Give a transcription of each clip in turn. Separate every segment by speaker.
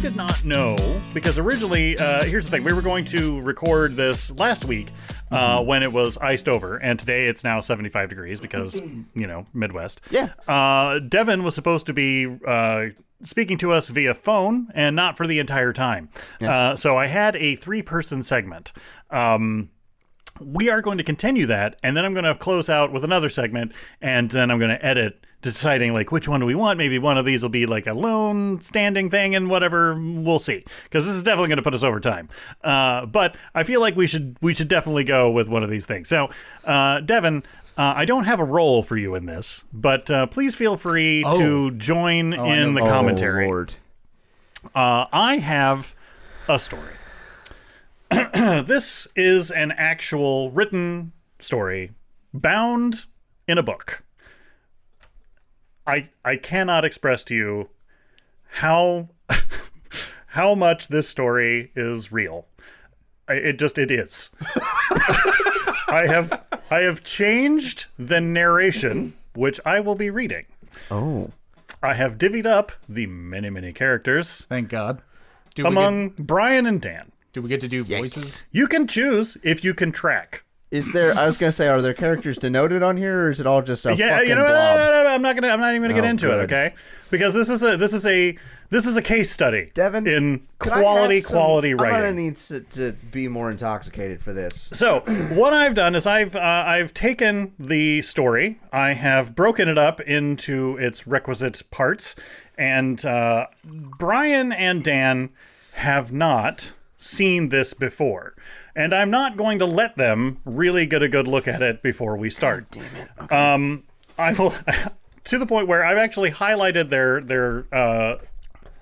Speaker 1: did not know because originally, uh, here's the thing: we were going to record this last week uh, when it was iced over, and today it's now 75 degrees because you know Midwest.
Speaker 2: Yeah.
Speaker 1: Uh, Devin was supposed to be uh, speaking to us via phone, and not for the entire time. Uh, so I had a three-person segment. Um, we are going to continue that, and then I'm going to close out with another segment, and then I'm going to edit, deciding like which one do we want. Maybe one of these will be like a lone standing thing, and whatever we'll see, because this is definitely going to put us over time. Uh, but I feel like we should we should definitely go with one of these things. So, uh, Devin. Uh, I don't have a role for you in this, but uh, please feel free to join in the commentary.
Speaker 2: Oh, Lord.
Speaker 1: Uh, I have a story. this is an actual written story bound in a book. I I cannot express to you how how much this story is real. I, it just it is. I have I have changed the narration which I will be reading.
Speaker 2: Oh.
Speaker 1: I have divvied up the many many characters
Speaker 3: Thank God. Do we get,
Speaker 1: among Brian and Dan.
Speaker 3: do we get to do voices?
Speaker 1: You can choose if you can track.
Speaker 2: Is there? I was gonna say, are there characters denoted on here, or is it all just a
Speaker 1: Yeah,
Speaker 2: fucking
Speaker 1: you know, uh, no, no,
Speaker 2: blob?
Speaker 1: no, no, I'm not gonna, I'm not even gonna get
Speaker 2: Oh,
Speaker 1: into it,
Speaker 2: good.
Speaker 1: okay? Because this is a, this is a, this is a case study,
Speaker 2: Devin,
Speaker 1: in
Speaker 2: Could I
Speaker 1: quality,
Speaker 2: have some-
Speaker 1: quality
Speaker 2: I'm
Speaker 1: writing.
Speaker 2: gonna need to, to be more intoxicated for this.
Speaker 1: So what I've done is I've uh, I've taken the story, I have broken it up into its requisite parts, and uh, Brian and Dan have not seen this before, and I'm not going to let them really get a good look at it before we start. damn it! Um, I will to the point where I've actually highlighted their their. Uh,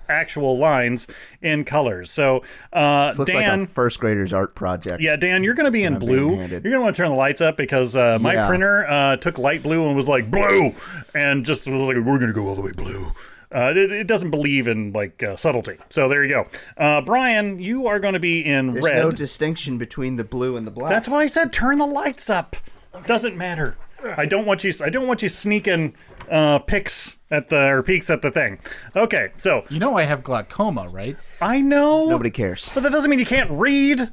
Speaker 1: actual lines in colors so uh
Speaker 2: Looks
Speaker 1: dan
Speaker 2: like a first grader's art project.
Speaker 1: yeah, Dan, you're going to be in blue. You're
Speaker 2: handed.
Speaker 1: going to want to turn the lights up because uh, my
Speaker 2: Yeah.
Speaker 1: printer uh, took light blue and was like blue, and just was like we're going to go all the way blue. Uh, it, it doesn't believe in like uh, subtlety. So there you go, uh, Brian. You are going to be in
Speaker 2: There's
Speaker 1: red.
Speaker 2: no distinction between the blue and the black.
Speaker 1: That's why I said turn the lights up. Doesn't matter. I don't want you. I don't want you sneaking uh, picks at the or peaks at the thing. Okay, so
Speaker 3: You know I have glaucoma, right?
Speaker 1: I know,
Speaker 2: nobody cares.
Speaker 1: but that doesn't mean you can't read.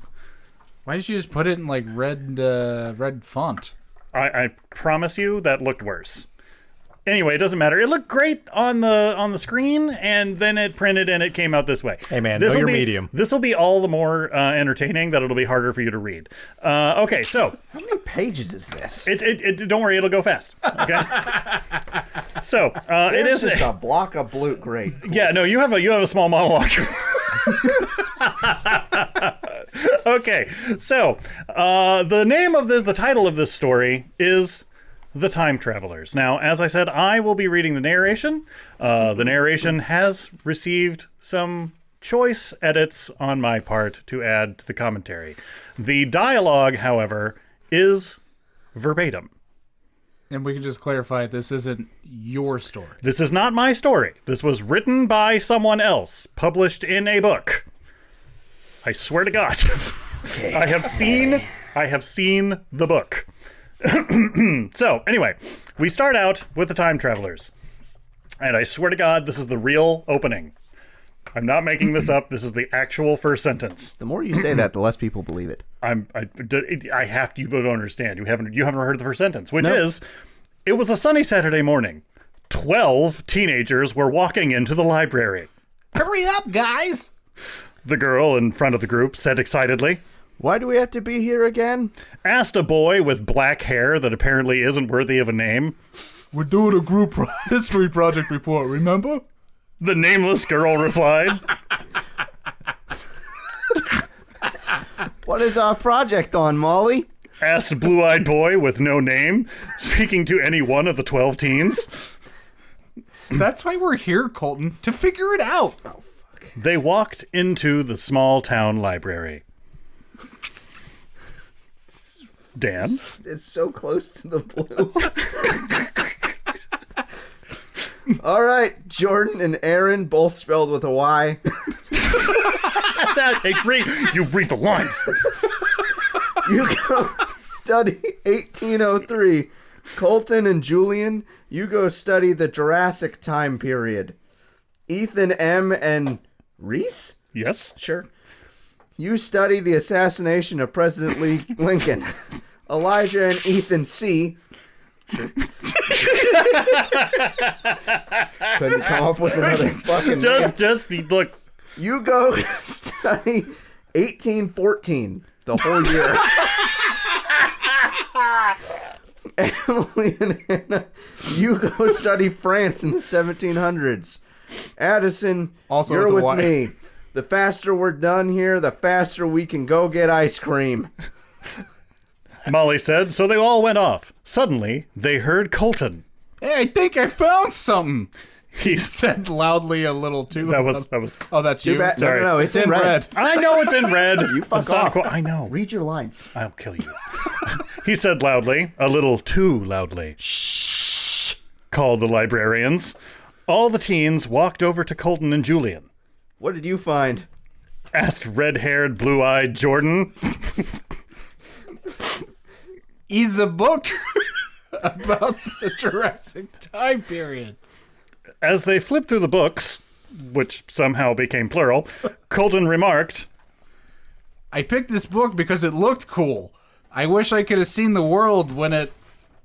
Speaker 3: Why did you just put it in like red uh, red font?
Speaker 1: I, I promise you that looked worse. Anyway, it doesn't matter. It looked great on the on the screen, and then it printed and it came out this way.
Speaker 4: Hey, man,
Speaker 1: this
Speaker 4: know
Speaker 1: will be,
Speaker 4: your medium.
Speaker 1: This will be all the more uh, entertaining that it'll be harder for you to read. Uh, okay, so
Speaker 2: How many pages is this?
Speaker 1: it, it, it don't worry, it'll go fast. Okay. so uh, it
Speaker 2: There's
Speaker 1: is.
Speaker 2: just a block of blue. Great.
Speaker 1: Yeah, no, you have a you have a small monologue. okay, so uh, the name of the the title of this story is the time travelers. Now, as I said, I will be reading the narration. Uh, the narration has received some choice edits on my part to add to the commentary. The dialogue, however, is verbatim.
Speaker 3: And we can just clarify this isn't your story.
Speaker 1: This is not my story. This was written by someone else, published in a book. I swear to God. I have seen I have seen the book. so, anyway, we start out with the time travelers. And I swear to God, this is the real opening. I'm not making this up. This is the actual first sentence.
Speaker 2: The more you say that, the less people believe it.
Speaker 1: I'm I, I have to you don't understand. You haven't you haven't heard the first sentence, which is it was a sunny Saturday morning. 12 teenagers were walking into the library.
Speaker 3: Hurry up, guys!
Speaker 1: The girl in front of the group said excitedly,
Speaker 2: Why do we have to be here again?
Speaker 1: asked a boy with black hair that apparently isn't worthy of a name.
Speaker 3: We're doing a group pro- history project report, remember?
Speaker 1: The nameless girl replied,
Speaker 2: What is our project on, Molly?
Speaker 1: asked blue eyed boy with no name, speaking to any one of the 12 teens.
Speaker 3: That's why we're here, Colton, to figure it out.
Speaker 1: They walked into the small town library. Dan?
Speaker 2: It's so close to the blue. All right, Jordan and Aaron, both spelled with a Y.
Speaker 1: that. Hey, great. You read the lines.
Speaker 2: You go study 1803. Colton and Julian, you go study the Jurassic time period. Ethan M. and Reese?
Speaker 1: Yes.
Speaker 2: Sure. You study the assassination of President Lee Lincoln. Elijah and Ethan C. Couldn't come up with another fucking name.
Speaker 1: Does does the look?
Speaker 2: You go study 1814 the whole year. Emily and Hannah, you go study France in the 1700s. Addison,
Speaker 3: Also
Speaker 2: you're
Speaker 3: with
Speaker 2: with
Speaker 3: a Y.
Speaker 2: me. The faster we're done here, the faster we can go get ice cream.
Speaker 1: Molly said. So they all went off. Suddenly, they heard Colton.
Speaker 3: Hey, I think I found something.
Speaker 1: He said,
Speaker 3: Said loudly a little too.
Speaker 1: "That was
Speaker 3: loud.
Speaker 1: that was."
Speaker 3: Oh, that's you.
Speaker 2: Too bad. No,
Speaker 1: Sorry.
Speaker 2: no, no, it's in red.
Speaker 1: I know it's in red. You
Speaker 2: fuck off.
Speaker 1: I know.
Speaker 2: Read your lines.
Speaker 1: I'll kill you. he said loudly, a little too loudly. Shh! Called the librarians. All the teens walked over to Colton and Julian.
Speaker 2: What did you find?
Speaker 1: Asked red haired, blue eyed Jordan.
Speaker 3: Is a book about the Jurassic time period.
Speaker 1: As they flipped through the books, which somehow became plural, Colton remarked,
Speaker 3: I picked this book because it looked cool. I wish I could have seen the world when it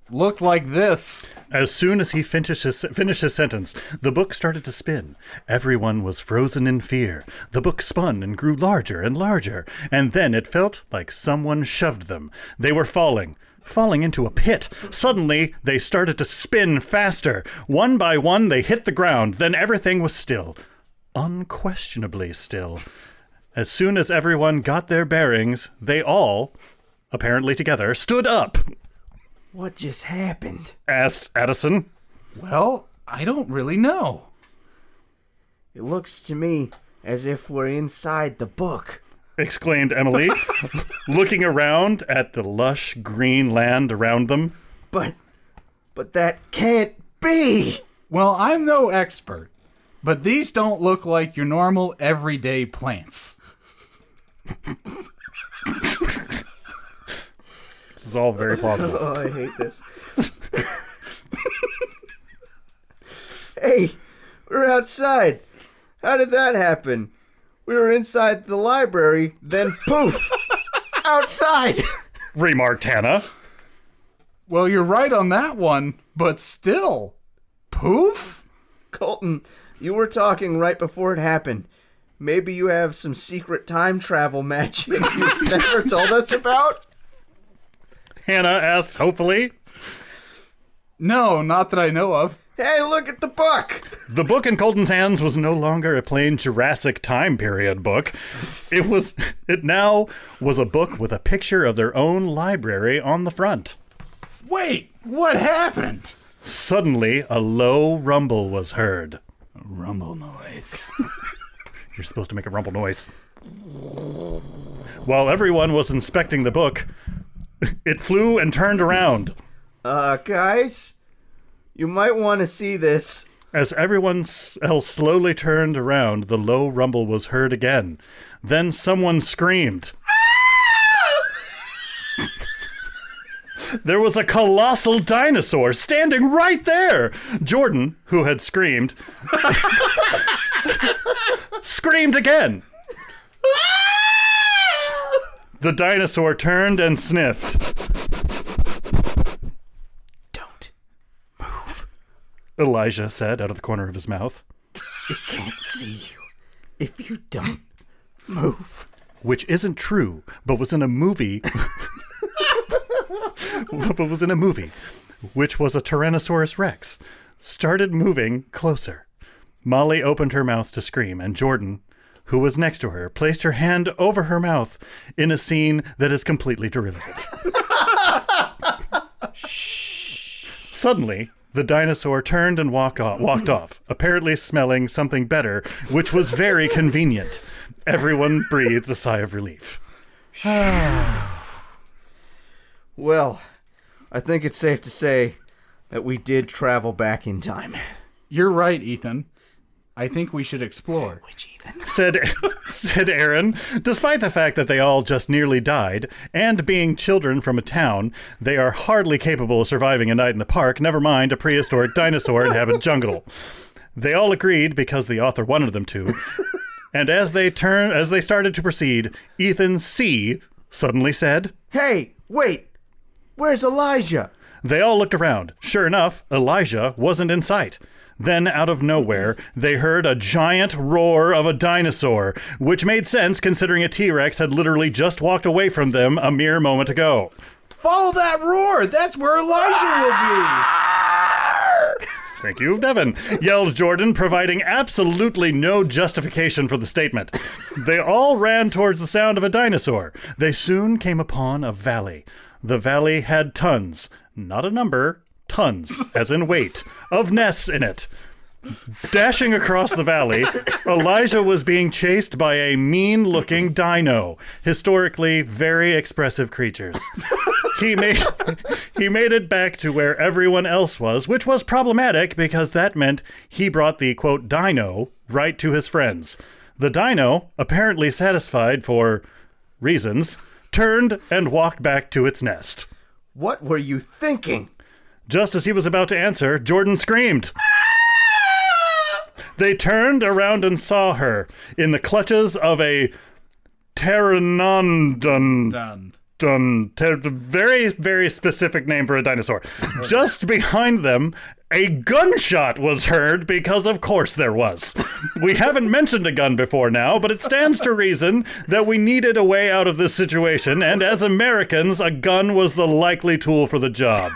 Speaker 3: looked like this.
Speaker 1: As soon as he finished his, finished his sentence, the book started to spin. Everyone was frozen in fear. The book spun and grew larger and larger, and then it felt like someone shoved them. They were falling, falling into a pit. Suddenly, they started to spin faster. One by one, they hit the ground. Then everything was still, unquestionably still. As soon as everyone got their bearings, they all, apparently together, stood up.
Speaker 2: What just happened?
Speaker 1: Asked Addison.
Speaker 3: Well, I don't really know.
Speaker 2: It looks to me as if we're inside the book.
Speaker 1: exclaimed Emily, looking around at the lush green land around them.
Speaker 2: But but that can't be.
Speaker 3: Well, I'm no expert, but these don't look like your normal everyday plants.
Speaker 1: This is all very plausible.
Speaker 2: Oh, I hate this. hey, we're outside. How did that happen? We were inside the library, then poof, outside.
Speaker 1: Remarked Hannah.
Speaker 3: Well, you're right on that one, but still. Poof?
Speaker 2: Colton, you were talking right before it happened. Maybe you have some secret time travel magic you never told us about?
Speaker 1: Hannah asked, hopefully.
Speaker 3: No, not that I know of.
Speaker 2: Hey, look at the book.
Speaker 1: The book in Colton's hands was no longer a plain Jurassic time period book. It was it now was a book with a picture of their own library on the front.
Speaker 3: Wait, what happened?
Speaker 1: Suddenly, a low rumble was heard.
Speaker 3: Rumble noise.
Speaker 1: You're supposed to make a rumble noise. While everyone was inspecting the book, it flew and turned around.
Speaker 2: Uh, guys, you might want to see this.
Speaker 1: As everyone s- else slowly turned around, the low rumble was heard again. Then someone screamed. there was a colossal dinosaur standing right there. Jordan, who had screamed, screamed again. the dinosaur turned and sniffed.
Speaker 2: Don't.
Speaker 1: Elijah said out of the corner of his mouth.
Speaker 2: Can't see you if you don't move.
Speaker 1: which isn't true, but was in a movie. but was in a movie, which was a Tyrannosaurus Rex, started moving closer. Molly opened her mouth to scream, and Jordan, who was next to her, placed her hand over her mouth in a scene that is completely derivative. Suddenly, the dinosaur turned and walk off, walked off, apparently smelling something better, which was very convenient. Everyone breathed a sigh of relief.
Speaker 2: Well, I think it's safe to say that we did travel back in time.
Speaker 3: you're right, Ethan. I think we should explore.
Speaker 1: Said said Aaron, despite the fact that they all just nearly died and being children from a town, they are hardly capable of surviving a night in the park, never mind a prehistoric dinosaur inhabited jungle. They all agreed because the author wanted them to. And as they turn, as they started to proceed, Ethan C. suddenly said,
Speaker 2: Hey, wait. Where's Elijah?
Speaker 1: They all looked around. Sure enough, Elijah wasn't in sight. Then, out of nowhere, they heard a giant roar of a dinosaur, which made sense considering a T Rex had literally just walked away from them a mere moment ago.
Speaker 3: Follow that roar. That's where Elijah
Speaker 1: Thank you, Devin, yelled Jordan, providing absolutely no justification for the statement. They all ran towards the sound of a dinosaur. They soon came upon a valley. The valley had tons, not a number, tons, as in weight, of nests in it. Dashing across the valley, Elijah was being chased by a mean looking dino, historically very expressive creatures. He made he made it back to where everyone else was, which was problematic because that meant he brought the quote dino right to his friends. The dino, apparently satisfied for reasons, turned and walked back to its nest.
Speaker 2: What were you thinking?
Speaker 1: Just as he was about to answer, Jordan screamed. They turned around and saw her in the clutches of a pteranodon.
Speaker 3: will be.
Speaker 1: dun, um, ter- very, very specific name for a dinosaur. Just behind them, a gunshot was heard because, of course, there was. We haven't mentioned a gun before now, but it stands to reason that we needed a way out of this situation, and as Americans, a gun was the likely tool for the job.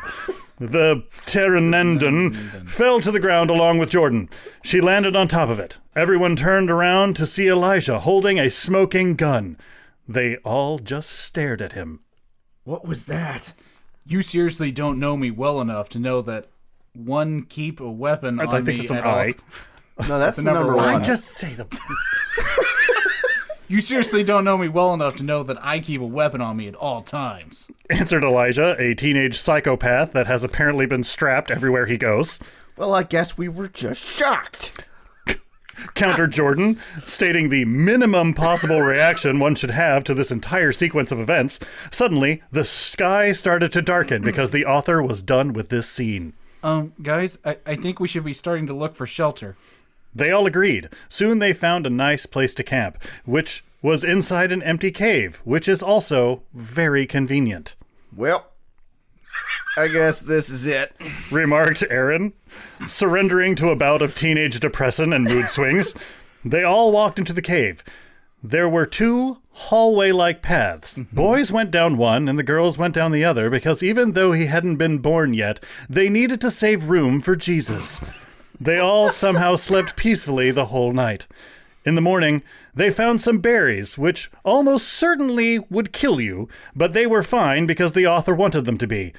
Speaker 1: The Pteranodon fell to the ground along with Jordan. She landed on top of it. Everyone turned around to see Elijah holding a smoking gun. They all just stared at him.
Speaker 2: What was that?
Speaker 3: You seriously don't know me well enough to know that one keep a weapon on
Speaker 1: I think
Speaker 3: me
Speaker 1: it's an
Speaker 3: at all
Speaker 1: eye.
Speaker 2: No, that's the
Speaker 3: number
Speaker 2: number,
Speaker 3: one.
Speaker 2: one.
Speaker 3: I
Speaker 1: just say the.
Speaker 3: You seriously don't know me well enough to know that I keep a weapon on me at all times.
Speaker 1: Answered Elijah, a teenage psychopath that has apparently been strapped everywhere he goes.
Speaker 2: Well, I guess we were just shocked.
Speaker 1: Counter Jordan, stating the minimum possible reaction one should have to this entire sequence of events. Suddenly, the sky started to darken because the author was done with this scene.
Speaker 3: Um, guys, I, I think we should be starting to look for shelter.
Speaker 1: They all agreed. Soon they found a nice place to camp, which was inside an empty cave, which is also very convenient.
Speaker 2: Well, I guess this is it.
Speaker 1: remarked Aaron, surrendering to a bout of teenage depression and mood swings. They all walked into the cave. There were two hallway like paths. Boys went down one and the girls went down the other because even though he hadn't been born yet, they needed to save room for Jesus. They all somehow slept peacefully the whole night. In the morning, they found some berries, which almost certainly would kill you, but they were fine because the author wanted them to be.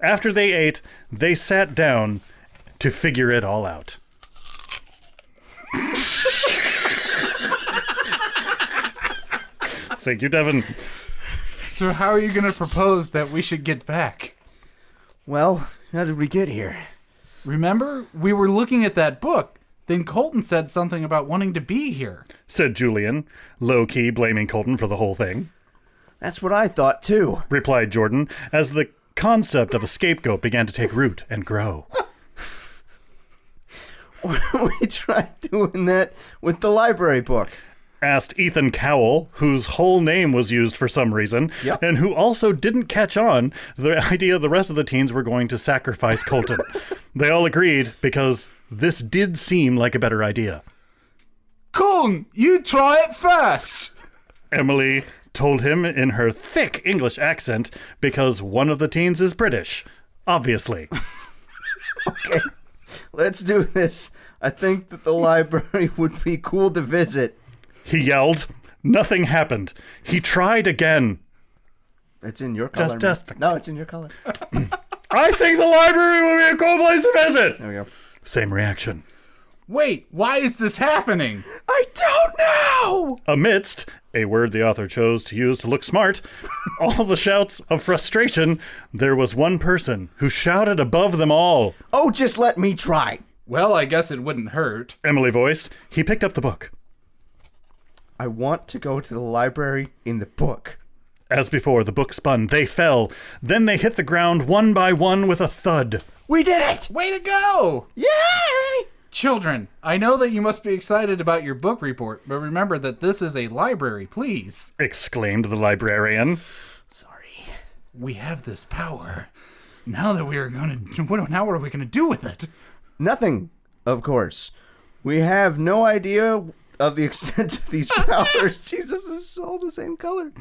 Speaker 1: After they ate, they sat down to figure it all out. Thank you, Devin.
Speaker 3: So how are you going to propose that we should get back?
Speaker 2: Well, how did we get here?
Speaker 3: Remember, we were looking at that book. Then Colton said something about wanting to be here.
Speaker 1: Said Julian, low key blaming Colton for the whole thing.
Speaker 2: That's what I thought too.
Speaker 1: Replied Jordan as the concept of a scapegoat began to take root and grow.
Speaker 2: we tried doing that with the library book.
Speaker 1: asked Ethan Cowell, whose whole name was used for some reason,
Speaker 2: Yep.
Speaker 1: and who also didn't catch on to the idea the rest of the teens were going to sacrifice Colton. they all agreed because this did seem like a better idea.
Speaker 3: Colton, you try it first.
Speaker 1: Emily told him in her thick English accent because one of the teens is British. Obviously.
Speaker 2: Let's do this. I think that the library would be cool to visit.
Speaker 1: He yelled. Nothing happened. He tried again.
Speaker 2: It's in your color.
Speaker 1: Just-
Speaker 2: man. no, it's in your color.
Speaker 1: I think the library would be a cool place to visit.
Speaker 2: There we go.
Speaker 1: Same reaction.
Speaker 3: Wait, why is this happening?
Speaker 2: I don't know.
Speaker 1: amidst a word the author chose to use to look smart all the shouts of frustration there was one person who shouted above them all
Speaker 2: Oh, just let me try.
Speaker 3: Well, I guess it wouldn't hurt.
Speaker 1: emily voiced he picked up the book
Speaker 2: I want to go to the library in the book.
Speaker 1: as before the book spun they fell then they hit the ground one by one with a thud
Speaker 2: We did it!
Speaker 3: Way to go!
Speaker 2: Yay!
Speaker 3: Children, I know that you must be excited about your book report, but remember that this is a library, please.
Speaker 1: exclaimed the librarian.
Speaker 3: Sorry. We have this power. Now that we are going to. What, now what are we going to do with it?
Speaker 2: Nothing, of course. We have no idea of the extent of these powers. Jesus is all the same color.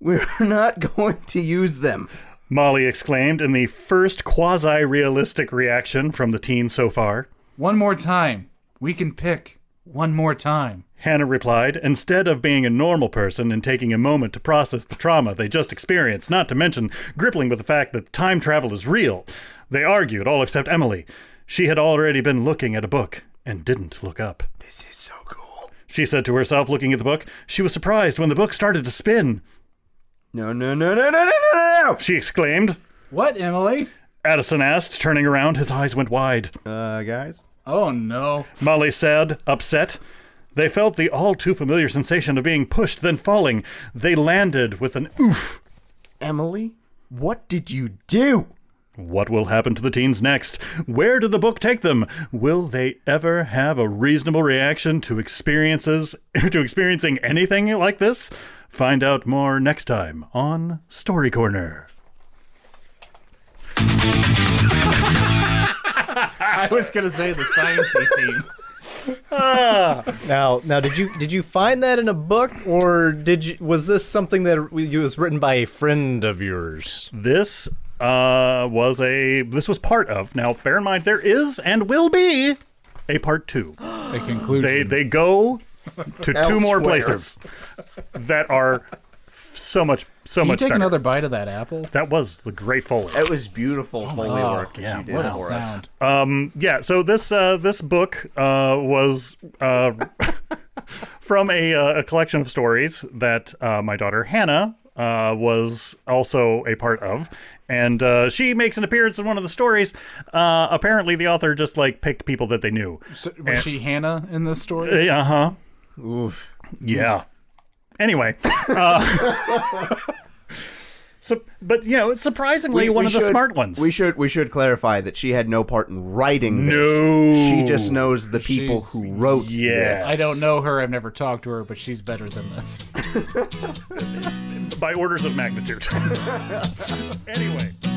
Speaker 2: We're not going to use them.
Speaker 1: Molly exclaimed in the first quasi realistic reaction from the teen so far.
Speaker 3: One more time. We can pick. One more time.
Speaker 1: Hannah replied, instead of being a normal person and taking a moment to process the trauma they just experienced, not to mention grippling with the fact that time travel is real. They argued, all except Emily. She had already been looking at a book and didn't look up.
Speaker 2: This is so cool.
Speaker 1: She said to herself, looking at the book, she was surprised when the book started to spin.
Speaker 2: No, no, no, no, no, no, no, no,
Speaker 1: She exclaimed.
Speaker 3: What, Emily?
Speaker 1: Addison asked, turning around, his eyes went wide.
Speaker 2: no. Uh, guys?
Speaker 3: Oh, no.
Speaker 1: Molly said, upset. They felt the all too familiar sensation of being pushed, then falling. They landed with an oof.
Speaker 2: Emily, what did you do?
Speaker 1: What will happen to the teens next? Where did the book take them? Will they ever have a reasonable reaction to experiences to experiencing anything like this? Find out more next time on Story Corner.
Speaker 3: I was going to say the sciencey theme.
Speaker 4: Now, now, did you did you find that in a book, or did you was this something that w- was written by a friend of yours?
Speaker 1: This uh, was a this was part of. Now bear in mind there is and will be a part 2.
Speaker 3: A conclusion.
Speaker 1: They they go to two more
Speaker 2: Elsewhere.
Speaker 1: places that are so much so
Speaker 3: Can you
Speaker 1: much
Speaker 3: take
Speaker 1: better.
Speaker 3: another bite of that apple?
Speaker 1: that was the great foliage.
Speaker 2: That was beautiful holy
Speaker 3: wow.
Speaker 2: work that
Speaker 1: Oh, Yeah,
Speaker 2: you did
Speaker 3: What a
Speaker 2: for us.
Speaker 3: sound.
Speaker 1: yeah so this uh, this book uh, was uh, from a, uh, a collection of stories that uh, my daughter hannah uh, was also a part of and uh, she makes an appearance in one of the stories uh, apparently the author just like picked people that they knew
Speaker 3: So, was she Hannah in this story?
Speaker 1: uh-huh
Speaker 2: Oof.
Speaker 1: yeah. Anyway, uh, so but you know, it's surprisingly one of the
Speaker 2: should-
Speaker 1: smart ones.
Speaker 2: We should we should clarify that she had no part in writing this.
Speaker 1: No.
Speaker 2: She just knows the people
Speaker 3: She's-
Speaker 2: who wrote
Speaker 1: Yes.
Speaker 3: I don't know her. I've never talked to her, but she's better than this.
Speaker 1: by orders of magnitude. anyway.